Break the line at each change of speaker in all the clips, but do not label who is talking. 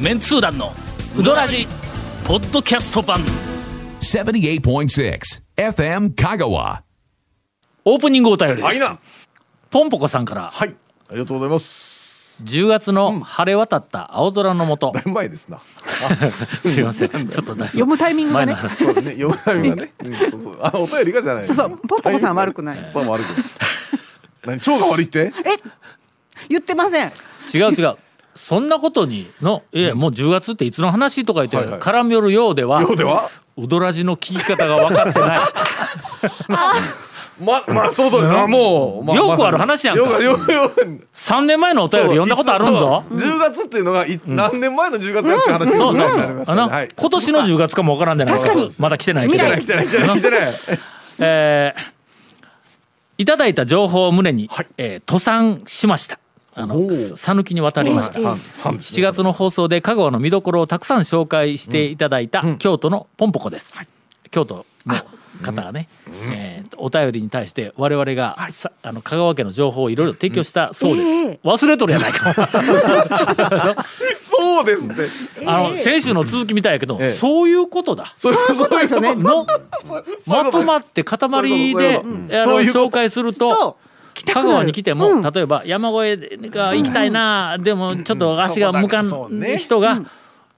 メンツー団のウドラジポッドキャスト版
78.6 FM Kagawa.
オープニングお便りで
はい
す
な。
ポンポコさんから
はい。ありがとうございます。
10月の晴れ渡った青空の下、
うまい ですな。
すいませんちょっとだいぶ
読むタイミングが
前の
ね
話
そうね。 読まないがね。うんそうそう。あ、お便りがじゃない。
そうそうポンポコさん悪くない
さん悪くない。何、腸が悪いって。
え言ってません
違う違うそんなことにのいやもう10月っていつの話とか言って、
はいはい
絡み寄るようでは
ようでは。
ウドラジの聞き方が分かって ない
ま、まあ、そうだな、もう。ま
よくある
ま
話
さ
や
に
んか
よく、よく、よく。
3年前のお便り読んだことあるんぞ
十月っていうのが、い何年前の十月かって話。
そうそうそう、
ありまし
あ
たね
の、
はい。
今年の10月かも分からんでない
確かに
まだ来てないけ
来
ど
てない、来てない、来てない、来てない。
えーいただいた情報を胸に、
はい
えー、登山しました。あ
お
の
う
さぬきに渡りました。
はい三三です
7
ね
月の放送で香川の見どころをたくさん紹介していただいた京都のポンポコです。京都の方がね、えーお便りに対して我々が、さあの香川家の情報をいろいろ提供したそうです。
ええ
忘れとるやない か。
そうですって。
あの先週の続きみたいやけど、
ええ
そういうことだ。
そういうことですよね。
のまとまって塊
そういうこと
であ
そういうこ
の紹
とそういうこと
介すると
と来たくな
香
る
川に来ても例えば山越えが行きたいなでもちょっと足が向か
うんそうだね
ん人が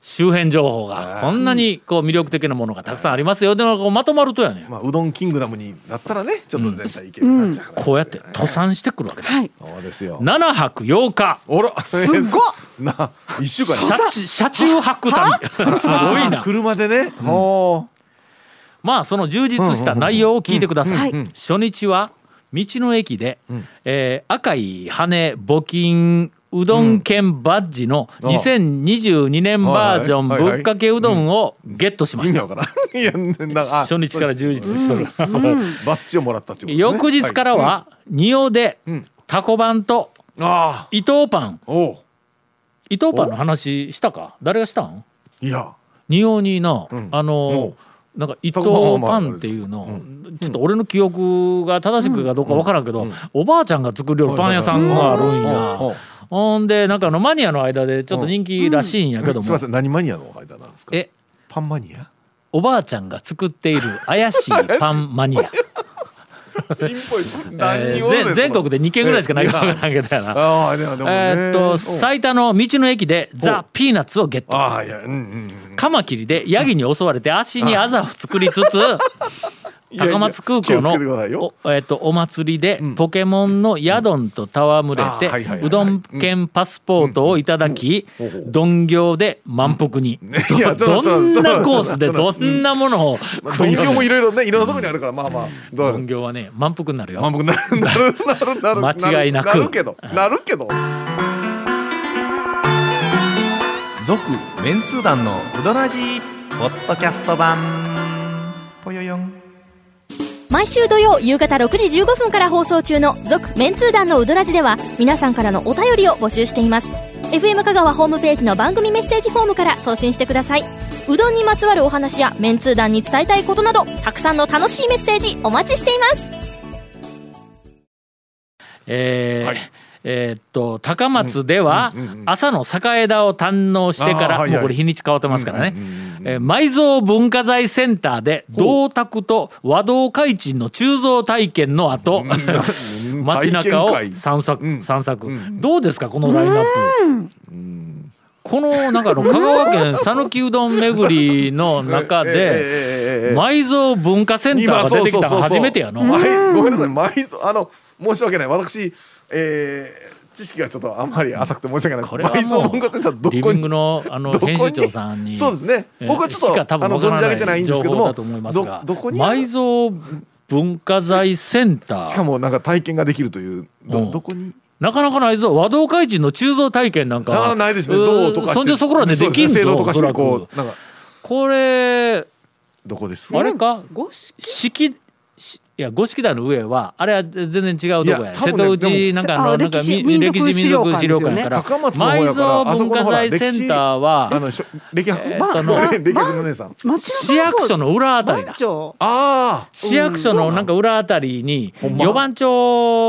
周辺情報がこんなにこう魅力的なものがたくさんありますよでもこうまとまるとやねん
まあ、うどんキングダムになったらね、ちょっと全体いけるなって話ですよね。
こうやって登山してくるわけだ
はい
そうですよ。
7泊8日
おら、す
ごっ
な、一週間に。
車中車中泊旅 すごい
あー
な
車でね。も
まあその充実した内容を聞いてください。初日は道の駅で、えー赤い羽募金うどん券バッジの
うんああ
2022年バージョン
はいはいはいはい
ぶっかけうどんをゲットし
う
ま
意
し
味
た。
わからん。 いや、なんかあ
初日から充実しとる。
バッジをもらったってことね。
翌日からは仁王で
ん
タコパンと
い。ああ。
伊藤パン
おう。
伊藤パンの話したか誰がしたん
いや。
仁王にな、
ん
あ
お
の
う
なんか伊
タ
藤
コパン
パ
はまあ
ンっていうの、ちょっと俺の記憶が正しくかどうかわからんけど、おばあちゃんが作るようなパン屋さんがあるんや、
おうおう
ほんでなんかあのマニアの間でちょっと人気らしいんやけど
す
も、
みません、何マニアの間なんですか。
え
パンマニア。
おばあちゃんが作っている怪しいパンマニア、
ピンポイント。
えー
何人おるねん
ぜ全国で2軒ぐらいしかないかわからんけどやな。
ああ、でも、でもね。
えーっ
お
と
う
最多の道の駅でザ・ピーナッツをゲット
ああ、いや、うん、うん
カマキリでヤギに襲われて足にあざを作りつ つ
うん。
高松空港
いやいや気をつけてください
の
よ
お,、えっとお祭りでポケモンのヤドンと戯
うんあはいはい
れ
はいは
て
いう
どん券パスポートをいただき
んうん
鈍行で満腹に
いやちょっと
どんなコースで
ちょ
ど
っと
んなものを
まあ、鈍行もいろいろね、いろんなところにあるから、まあまあ。どうな
鈍
る。
行はね満腹になる
まあ、
よ
僕、なる、なる、なる、なる。
間違いなく
るけど。なるけど。
続メンツー団のウドラジーポッドキャスト版ぽよよん
毎週土曜夕方6時15分から放送中の「続・メンツー団のウドラジでは皆さんからのお便りを募集しています FM 香川ホームページの番組メッセージフォームから送信してくださいうどんにまつわるお話やメンツー団に伝えたいことなどたくさんの楽しいメッセージお待ちしています
えー
はい
えーっと高松では朝の酒枝を堪能してか
あ
ら
ーはいはい
もうこれ日にち変わってますからねえー埋蔵文化財センターで銅鐸と和銅開珍の鋳造体験の後 街中を
体験会
散策、
うん
散策、どうですかこのラインナップこのなんかあの香川県讃岐うどん巡りの中
ええ
で
ええええええ
埋蔵文化センターが出てきたの初めてやの。
今そうそうそうそう前ごめんなさい、埋蔵あの申し訳ない。私、えー、知識がちょっとあんまり浅くて申し訳ない。
これは
埋
も
蔵文化センターど
う
こ
リ
に
ビングのあの
どこ
編
に
集長さんに
そうですね。
えー
僕はちょっ
しか
と
多分
あの
わから
存じ上げてないんですけど
情報
も、
だと思いますが
どこにある
埋蔵文化財センター
しかもなんか体験ができるという
うん
どどこに
なかなかないぞ和道開人の鋳造体験なんかは
あーないですね。
うー
どうとかして、
そんじゃそこらでできんぞ
そうすね制度とかし
おそ
て
らく
こうなんか
これ
どこです。
あれか
五色
式しいや五色台の上はあれは全然違うとこ
い
や
や
瀬
多
戸
分ね
内なんかあの
あ
なんか
歴史
み
民
歴
族
史
資
民
料
族
館
資料館から
高松の方
埋
やからあ
蔵
そ
文
こ
化
のほら
財
歴
セ
史
ンター
あ
は
のしょ歴博、
えー
ば
っとの
歴博の姉さん
町
市
の
役所の裏あたりだ
番長
ああ
市役所のなんか裏あたりに
ほんま
四番町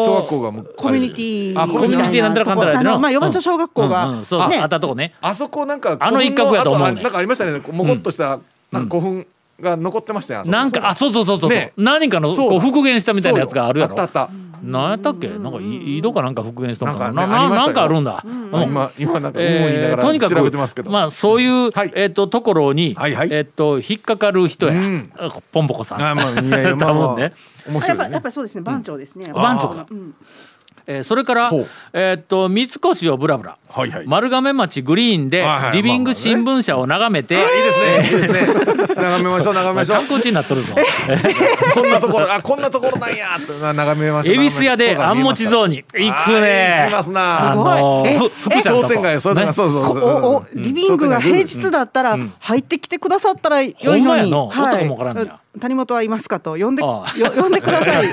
小学校がもう
コミュニティ
あコミ
コミ
ュニティ
ュニティなんたらかんたらや
あ
でな
のまあ四番町小学校が
うんう
ね
んそうああったとこね
あそこなんか
あの一角やと思うね
古墳の跡あなんかありましたねもこっとしたなんか古墳が残ってましたよあそこ
なんかあそうそうそうそう、
ね
何かの
そう
こう
だ
復元したみたいなやつがあるやろ
そうよあったあっ
なんやったっけなんか井井戸かなんか復元したのかななん
な
ん
かねありまし
な
たけ
ん
ど
かあるんだ、
た
うん
今今なんか思いな
え
が
ーとにからく
調べてますけど、
まあ、そういう、
はい
えー、とところに、
はいはい
えー、と引っかかる人や、
うん
ポンポコさん、
あまあいやいやま あ
多分ね
面
やっ
白いよ
ぱやっ
ね
ぱりそうですね番長ですね
番長か
うん
えーそれから
ほう、
えー、と三越をぶらぶら
はいはい
丸亀町グリーンで
はいはい
リビン
まあまあね
グ新聞社を眺めて、
いいですねいいですね眺めましょう眺めましょう
観光地になっとる ぞ
こんなところあこんなところなんやってな眺めましょう
恵比寿屋であんもち
ー
ゾーンに行くね
行きます
あ
な
の
すご
ー
い
ふ福ちゃんと
商
こ
店街そう
ね
だそうそう
こ
そう
おお
うん
リビングが平日だったら
ん
入ってきてくださったら良い
ほんま
の
や
に
の
はい
男もわからんねや
谷本はいますかと呼んで
あ
よ
あ
呼んでく ださい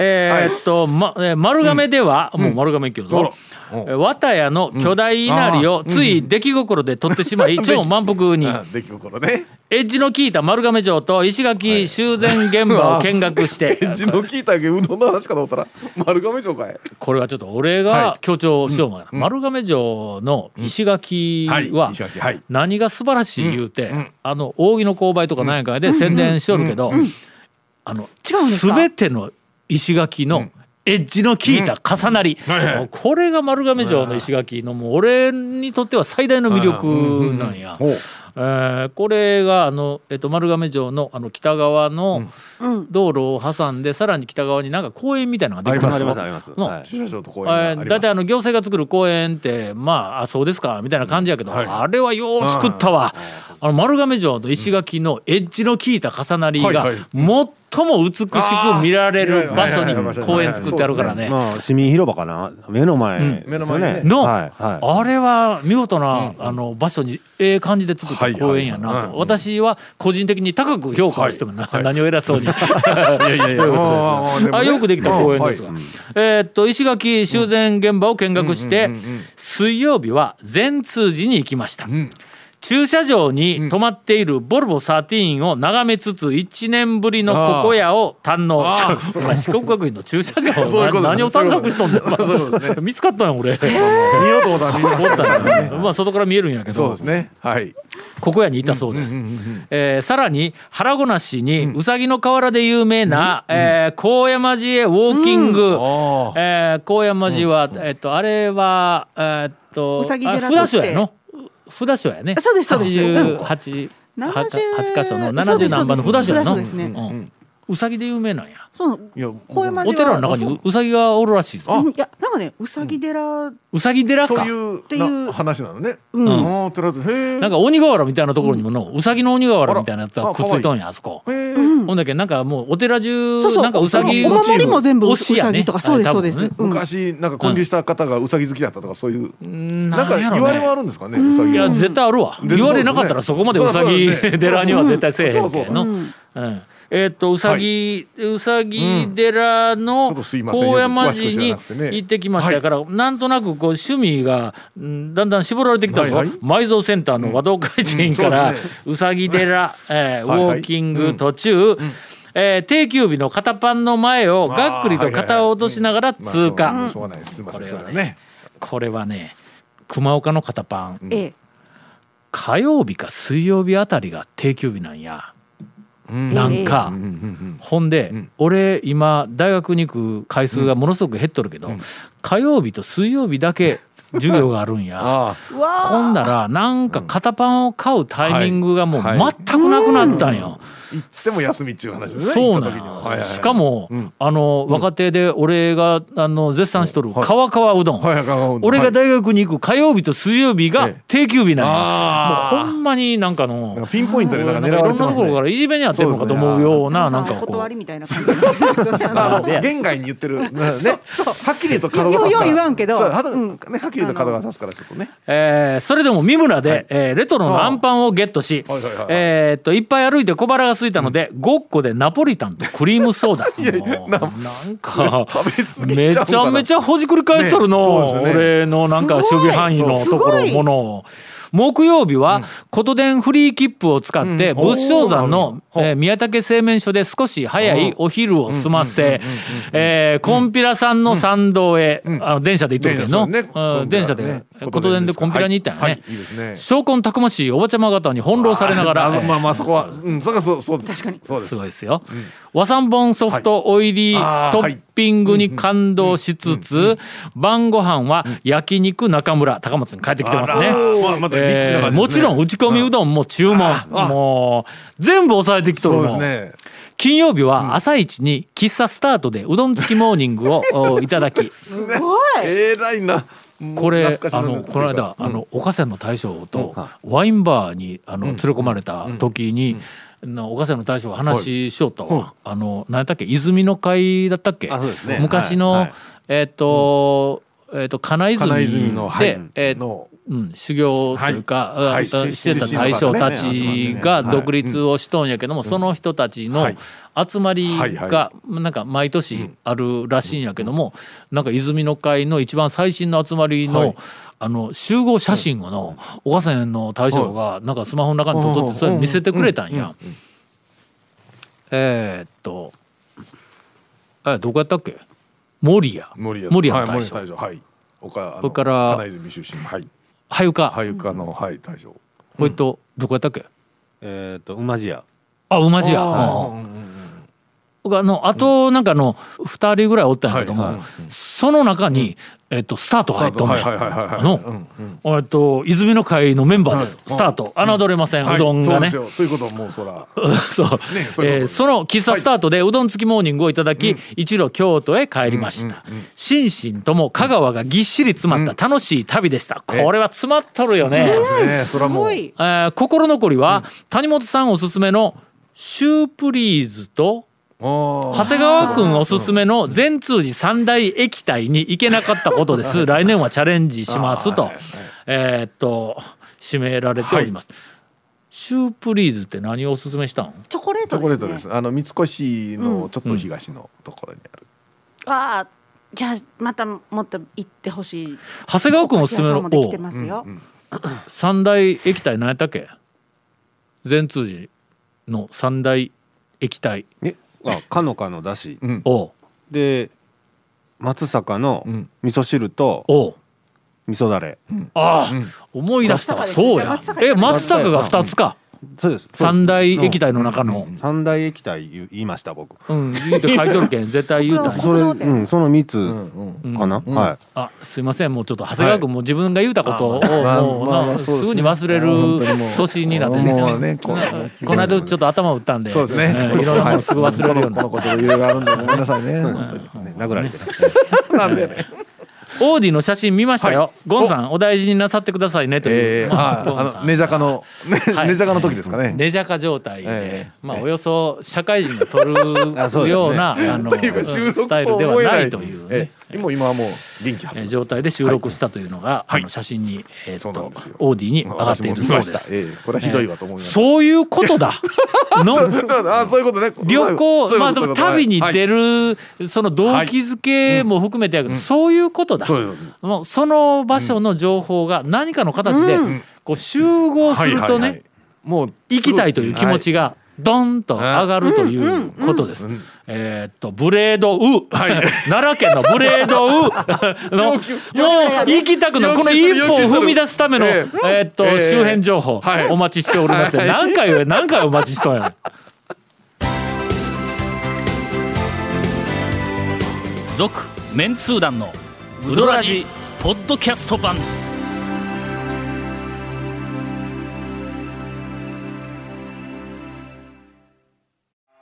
えーっと、まえー丸亀では、もう丸亀行けるぞ、
あらおう
えー綿谷の巨大稲荷をつい出来心で取ってし まい、超満腹に
うん出来心ね
エッジの効いた丸亀城と石垣修繕現場を見学して
エッジの聞いたけうどんの話かと思ったら丸亀城かい
これはちょっと俺
は
が強調しようがな、丸亀城の石垣は
石垣はい
何が素晴らしい言うて、あの扇の勾配とか何やかんやで宣伝しとるけど、あの
違うんですか
全ての石垣のエッジの効いた重なり、もうこれが丸亀城の石垣のもう俺にとっては最大の魅力なんや。
ほう
えーこれがあの、えっと、丸亀城のあの北側の道路を挟んで、さらに北側になんか公園みたいなのができて
あります
あります
の
はい
駐車場と公園があ
え
りま
ー
す
だってあの行政が作る公園ってまああそうですかみたいな感じやけど、あれはよう作ったわ、あの丸亀城と石垣のエッジの効いた重なり
うん
が
はいはい
最も美しく見られる場所に
あーはいはいはい
公園作ってあるからね
まあ市民広場かな目の前、
目の前ね
ですよ
の、
はいはい
あれは見事な、あの場所にええ感じで作った公園やなと、
はいはいはいうん
私は個人的に高く評価をしてもな、何を偉そうに。
いやいやいや
ということです
まあまあまあでもね
あよくできた公園ですが、
うんはい
えーっと石垣修繕現場を見学して、水曜日は善通寺に行きました、駐車場に止まっているボルボ13を眺めつつ1年ぶりのここやを堪能
あー
お前四国学院の駐車場
そういうことですね
何を探索しとんねん
そういうことですね
見つかったんや俺。
見ようと思ったら見れま
思
し
ったんです
た
よねまあ外から見えるんやけ
そう
ど
ですねはい
ここやにいたそうです、えーさらに腹ごなしにうさぎの河原で有名な、えー高山寺へウォーキング、
ああ
えー高山寺は、えっとあれはえっと
うさぎ寺
あ
として
札所やの札所やね
そうですそうです
88八
70
8箇所の
そう
70
です
何番の札所やの
そうですね
うんうさぎで有名なんや
その
いや
公園まで
お寺の中にううさぎがおるらしいぞ
あ
うんいやなんかねうさぎ寺
うさぎ寺
と
か
いう
ていう
な話なのね
うん
ああとりあえずへえ
なんか鬼瓦みたいなところにものうさぎの鬼瓦みたいなやつがくっついとんやあそこ。
へえ
ほんだけなんかもうお寺中
そうそう
なんかうさぎ
お
モチー
守
フ
りも全部う
推しや
さ
ね
ぎとかそうです
あ
そ
多
うで
分
す
ね
うん
昔なんか建立した方がウサギ好きだったとかそういう
な
なんか言われはあるんですかねウサギ
いや絶対あるわ
で
言われなかったらそこまでうさ
そう
ぎ
ですよね
寺には絶対せえへんけ
そうそう
どうんえーっとうさぎうさぎ寺
ちょ
の
っとすいません
高山
よく詳し
寺
く知ら
に
なくてね
行ってきましたからなんとなくこう趣味がうんだんだん絞られてきたぞ
はいはい
埋蔵センターの和道会
うん
人か
そう
ら
ですね
うさぎ寺えーウ
はいはい
ォーキング途中えー定休日の肩パンの前をがっくりと肩を落としながら通過。
まあしょうがないですすいませんそれはね
これはね熊岡の肩パン
ええ
火曜日か水曜日あたりが定休日なんや、なんか、ほんで、俺今大学に行く回数がものすごく減っとるけど、火曜日と水曜日だけ授業があるんや。
あ
うわー
ほんならなんか肩パンを買うタイミングがもう
はい
全
はい
くなくなったんよ。
あ行っても休みっていう話ですね
そうな
行った時にはは
ん
いはい
よ。
はい
しかも、あの若手で俺があの絶賛しとる
はい
川川うどん、
はいはい川々うどん
俺が大学に行く火曜日と水曜日が
ええ
定休日なんや。
あ
もう
ー
ほんまになんかの
なんかピンポイントでなんか狙
い
わ
ろ
れ
ん
て
な
ま
と
す
ころから
ね
いじめにあってるのかと思うようななんか
お
こ
断り
う
みたいな感じになってますよね
あ
あ
の言外に言って るなねはっきりと角が立つ
よ
から
う言わんけど
そうはと
うん
ねはっきりと角が立つからちょっとね
えーそれでも三村でえーレトロのアンパンをゲットし
はいはいはいはい
えーっといっぱい歩いて小腹が空いたので、ごっこでナポリタンとクリーム ソーダもうなんか
食べ過ぎ
め
ちゃう
ちゃめちゃほじくり返しとるの、
ねそうですよね
俺のなんか守
すごい
備範囲のとこ
す
ろ
ごい
ものを木曜日は琴電フリー切符を使って
うん
仏正山
おー
の、えー宮武製麺所で少し早いお昼を済ませえーコンピラさんの参道へ、あの電車で行っとるけど
電車ですよね
の、うん電車で,、
ね
琴電でコンピラに行ったよね、
はいはいいいですね
証拠たくましいおばちゃま方に翻弄されながら
あまあまあそこはうんそれがそうそうです確かにそうです
ごい
す
ですよ。和三盆ソフトオイリ
は
ー
い
トッピングに感動しつつ、晩ご飯は焼肉中村高松に帰ってきてますね。
まあまたリッチな
えー
感じですね
もちろん打ち込みうどんも注文もう全部抑えてきとる
そう
も
で
ん
すね
金曜日は朝一に喫茶スタートでうどん付きモーニング をおいただき
すごい。
えらいな
これ
懐かし
あ
な
のこの間あの岡山の大将とワインバーにあの連れ込まれた時にの岡山の大将が話ししようとあの何やったっけ泉の会だったっけ
あそうですね
昔
はい
の
はい
えっとえっと金
金
泉
泉のはい
でえっと
の
うん、修行というか、
はいはい
あしてた大将たちが独立をしとんやけども、その人たちの
はい
集まり
はいは
がなんか毎年あるらしいんやけども、なんか泉の会の一番最新の集まりの、
はい
あの集合写真をのお母さんの大将がなんかスマホの中に撮っとってそれ見せてくれたんや。えーっとえどこやったっけ守谷
森屋
守谷の
は
大
い森
将
谷大将はい岡あ
そ
の
れから
金泉出身はい
はゆか、
俳優家のはい大将
これとどこやったっけ
えっと、馬路屋。
あ馬路や。うん
うんうん
がのあとなんかの2人ぐらいおったんやけども、
はいはい
その中に、えっとスタートが入っとんねん
はいはいはいはい
あのえっと泉の会のメンバーで
う
す
ん、
スタート侮れません、
はいう
どんがね
そうですよということはもうそら
そう
ねそういうこと
えー
です
その喫茶スタートでうどん付きモーニングをいただき、一路京都へ帰りました、心身とも香川がぎっしり詰まった楽しい旅でした、これは詰まっとるよね、
ねそら
す
もう
ごい。
えー心残りは、谷本さんおすすめのシュープリーズと
あ
長谷川くんおすすめの全通寺三大液体に行けなかったことです。来年はチャレンジしますと、えーっと、指名られております。シュープリーズって何をおすすめしたん
チョコレー
チョコレート
ト
で
ですね。
すあの三越のちょっと東のところにある
ああ、じゃあまたもっと行ってほしい。
長谷川くんおすすめ
お菓子
の
屋さんもできてま
お
すよ。
三大液体何やったっけ全通寺の三大液体
えあかのかのだし
うん
を、
で松阪の
うん
味噌汁と
を、
味噌だれ
ああ、思い出したわ。
松阪です
そうや
松阪。じ
え、
ゃない
松阪が二つか。
そうです
三大液体の中の。
三大液体言う言いました僕
うん、言うて書いとるけん、絶対言うたんや
僕
それ
の
う
で
んその三つ
うん
かなは
あすいませんもうちょっと長谷川君もう自分が言うたことを
まあ
もう
まあま
な
あ
す
そうですね
ぐに忘れ
本当に
る
もう
年になって
もう ね
こ
こう
の間ちょっと頭打ったんで
そうですね
えーいろんなものすぐ忘れるように
こ
な
のこといろいろあるんでごめんなさいね
いそうですね殴られてた
なんでね
オーディの写真見ましたよ、
はい
ゴンさんお大事になさってくださいねとい
え
う、
ー
まあ
あ
ゴン
あ
さ
の
ん
ネジャカの
はい
ネジャカの時ですかね
ネジャカ状態で、
え
まあおよそ社会人が取るようなあの
というか収録
スタイル
と
では
思えな
ない
い
というね、
ええもう今はもう元
えー
気発動
状態で収録したというのが、
はい
あの写真に、えー
そ
っ
うなん
と
ですよ
オーディに上がっているそうで
私も見まし
す
た。ええこれはひどいわと思いま す
そういうことだ の
そうあそういうことね
旅
そ
行
ういうこと
まあで
そういう
も
こと
旅に出
はい
るその動機づけも含めてやけどそういうことだ
そういうこ
もうその場所の情報が何かの形でこう集合すると
はいはいはい
ね
もう
行きたいという気持ちがドンと上がるということです。えーっとブレードウ 奈良県のブレードウ のもう行きたくなるこの一歩を踏み出すためのえ
要求す
ーっと
ええ
周辺情報
はい
お待ちしております。何 回何回お待ちしとんやん。続メンツー団のウドラジポッドキャスト版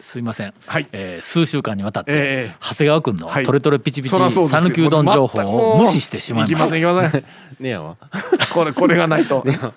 すすいません、
はい
えー数週間にわたって、
ええ
長谷川君の
はい
トレトレピチピチ
そらそうですよ
讃岐うどん情報を無視してしまい
行き
ま
ま
し
せん行きません
ねやわ
これこれがない と
長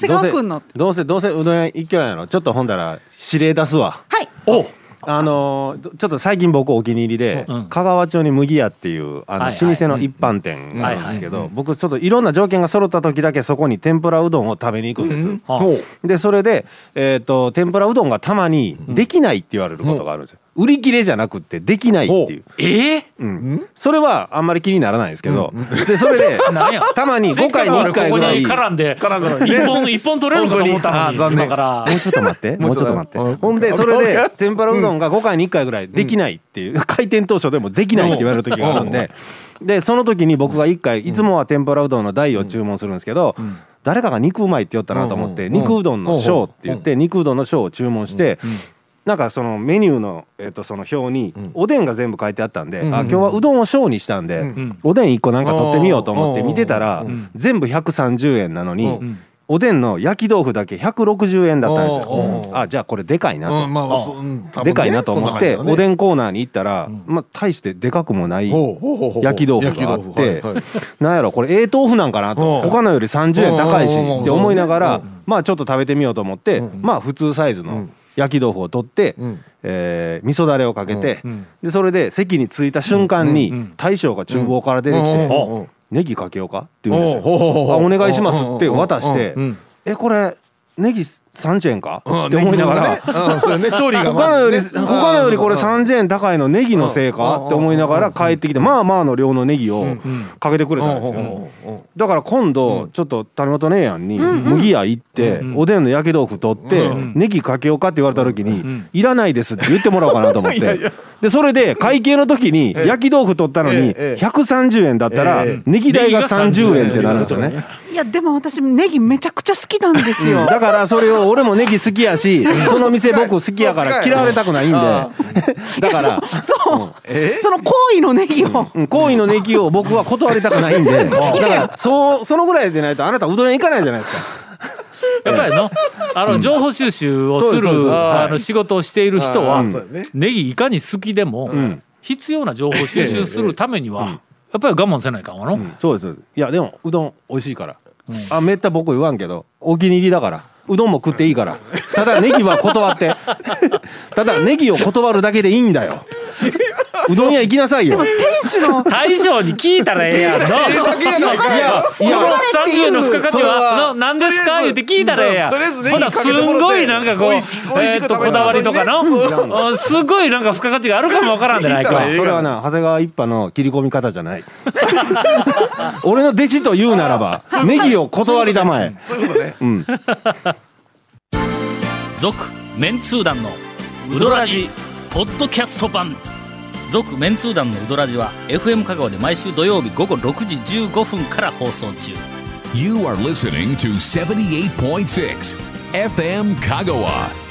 谷川君の
どうせどうせうどん屋一挙なんやろちょっとほんだら指令出すわ
はい
たお
あのーちょっと最近僕お気に入りで、
うん
香川町に麦屋っていうあの
はいはい
老舗の一般店があるんですけど、
はいは
僕ちょっといろんな条件が揃った時だけそこに天ぷらうどんを食べに行くんです、
あ
ほう
でそれで、えー、と天ぷらうどんがたまにできないって言われることがあるんですよ、売り切れじゃなくってできないっていう、
ええ
うんそれはあんまり気にならないですけど、でそれで
なんや
たまに5回に1回ぐらい
せっかく俺ここに絡んで
絡んだのにね
一本一本取れるのかと思ったのに
本当にあ残念
今から
もうちょっと待って、
も
も
う
う
ち
ち
ょっと待
ょっと
っ
待ってて。
うん
ほんで、それ
うん
で、天ぷらうどんが5回に1回ぐらいできないっていう、開店当初でもできないって言われる時があるんで、で、その時に僕が1回、いつもは天ぷらうどんの台を注文するんですけど、誰かが肉うまいって言ったなと思っ
う
て、
んうん
肉うどんの小って言って、肉うどんの小を注文して、なんかそのメニューの,、えっとその表におでんが全部書いてあったんで、あ今日はうどんを小にしたんで、
ん
おでん1個なんか取ってみようと思って見てたら、全部130円なのに、
うん
おでんの焼き豆腐だけ160円だったんです
おうおう
よあじゃあこれでかいなと、
うんまあそうん多分ね
でかいなと思って、
そ
おで
ん
んコーナーに行ったら、まあ大してでかくもない
ほうほうほうほう
焼き豆腐があって、
焼き豆腐はいはい
なんやろこれええ豆腐なんかなと
うん
他のより30円高いし
うんうんうん
って思いながら、
う
まあちょっと食べてみようと思って、まあ普通サイズの焼き豆腐を取って、
ん
えー味噌だれをかけて、でそれで席に着いた瞬間に、大将が厨房から出てきて「
うんうんうんうん
ネギかけようか?」って言うんですよ。
おうおうおうおう
あお願いしますって渡して
ん
「えこれネギ30円か?」
うん
って思いなが
ネ
ら
ギ。のねうんそうやね調理が
他のより
ね
他のよりこれ30円高いのネギのせいかって思いながら帰ってきてまあまあの量のネギをかけてくれたんですよだから今度ちょっと谷本姉やんに麦屋行っておでんの焼き豆腐取ってネギかけようかって言われた時にいらないですって言ってもらおうかなと思 っ
いや
て
いや
でそれで会計の時に焼き豆腐取ったの
ええ
に
ええ
130円だったら
え
ネギ代が30円ってなるんですよね。
いやでも私ネギめちゃくちゃ好きなんですよ
だからそれを俺もネギ好きやしその店僕好きやから嫌われたくないんで だから
そう、その行為のネギを、
うん好意のネギを僕は断りたく ないんでだからそうそのぐらいでないとあなたうどん屋行かないじゃないですか
やっぱり のあの情報収集を
そう
す
ですそうです
る
はい
あの仕事をしている人は
あーそうやね
ネギいかに好きでも
ん
必要な情報収集するためにはやっぱり我慢せないかもの。
そうですそうですいやでもうどん美味しいから、あめった僕言わんけどお気に入りだからうどんも食っていいからただネギは断って ただネギを断るだけでいいんだようどん屋行きなさいよ
店主の
大将に聞いたらええやんの。いや、いや、三十円の付加価値は、の、なんですか、言って聞いたらええやん。
とりあえず
ほな、すんごい、なんかこう、
美
え
味し美味し
ー
く
っと、
食べ
こだ
た
わ
後
り
にね
とかの。うんすごい、なんか付加価値があるかもわからんじゃない
聞い
か
たら。ええ
それはな長谷川一派の切り込み方じゃない俺の弟子と言うなら ばネギを断りたまえ
そういうことね
うん
続、メンツー団の、ウドラジ、ポッドキャスト版。続、メンツー団のウドラジは、FM 香川で毎週土曜日午後6時15分から放送中。
You are listening to 78.6 FM Kagawa.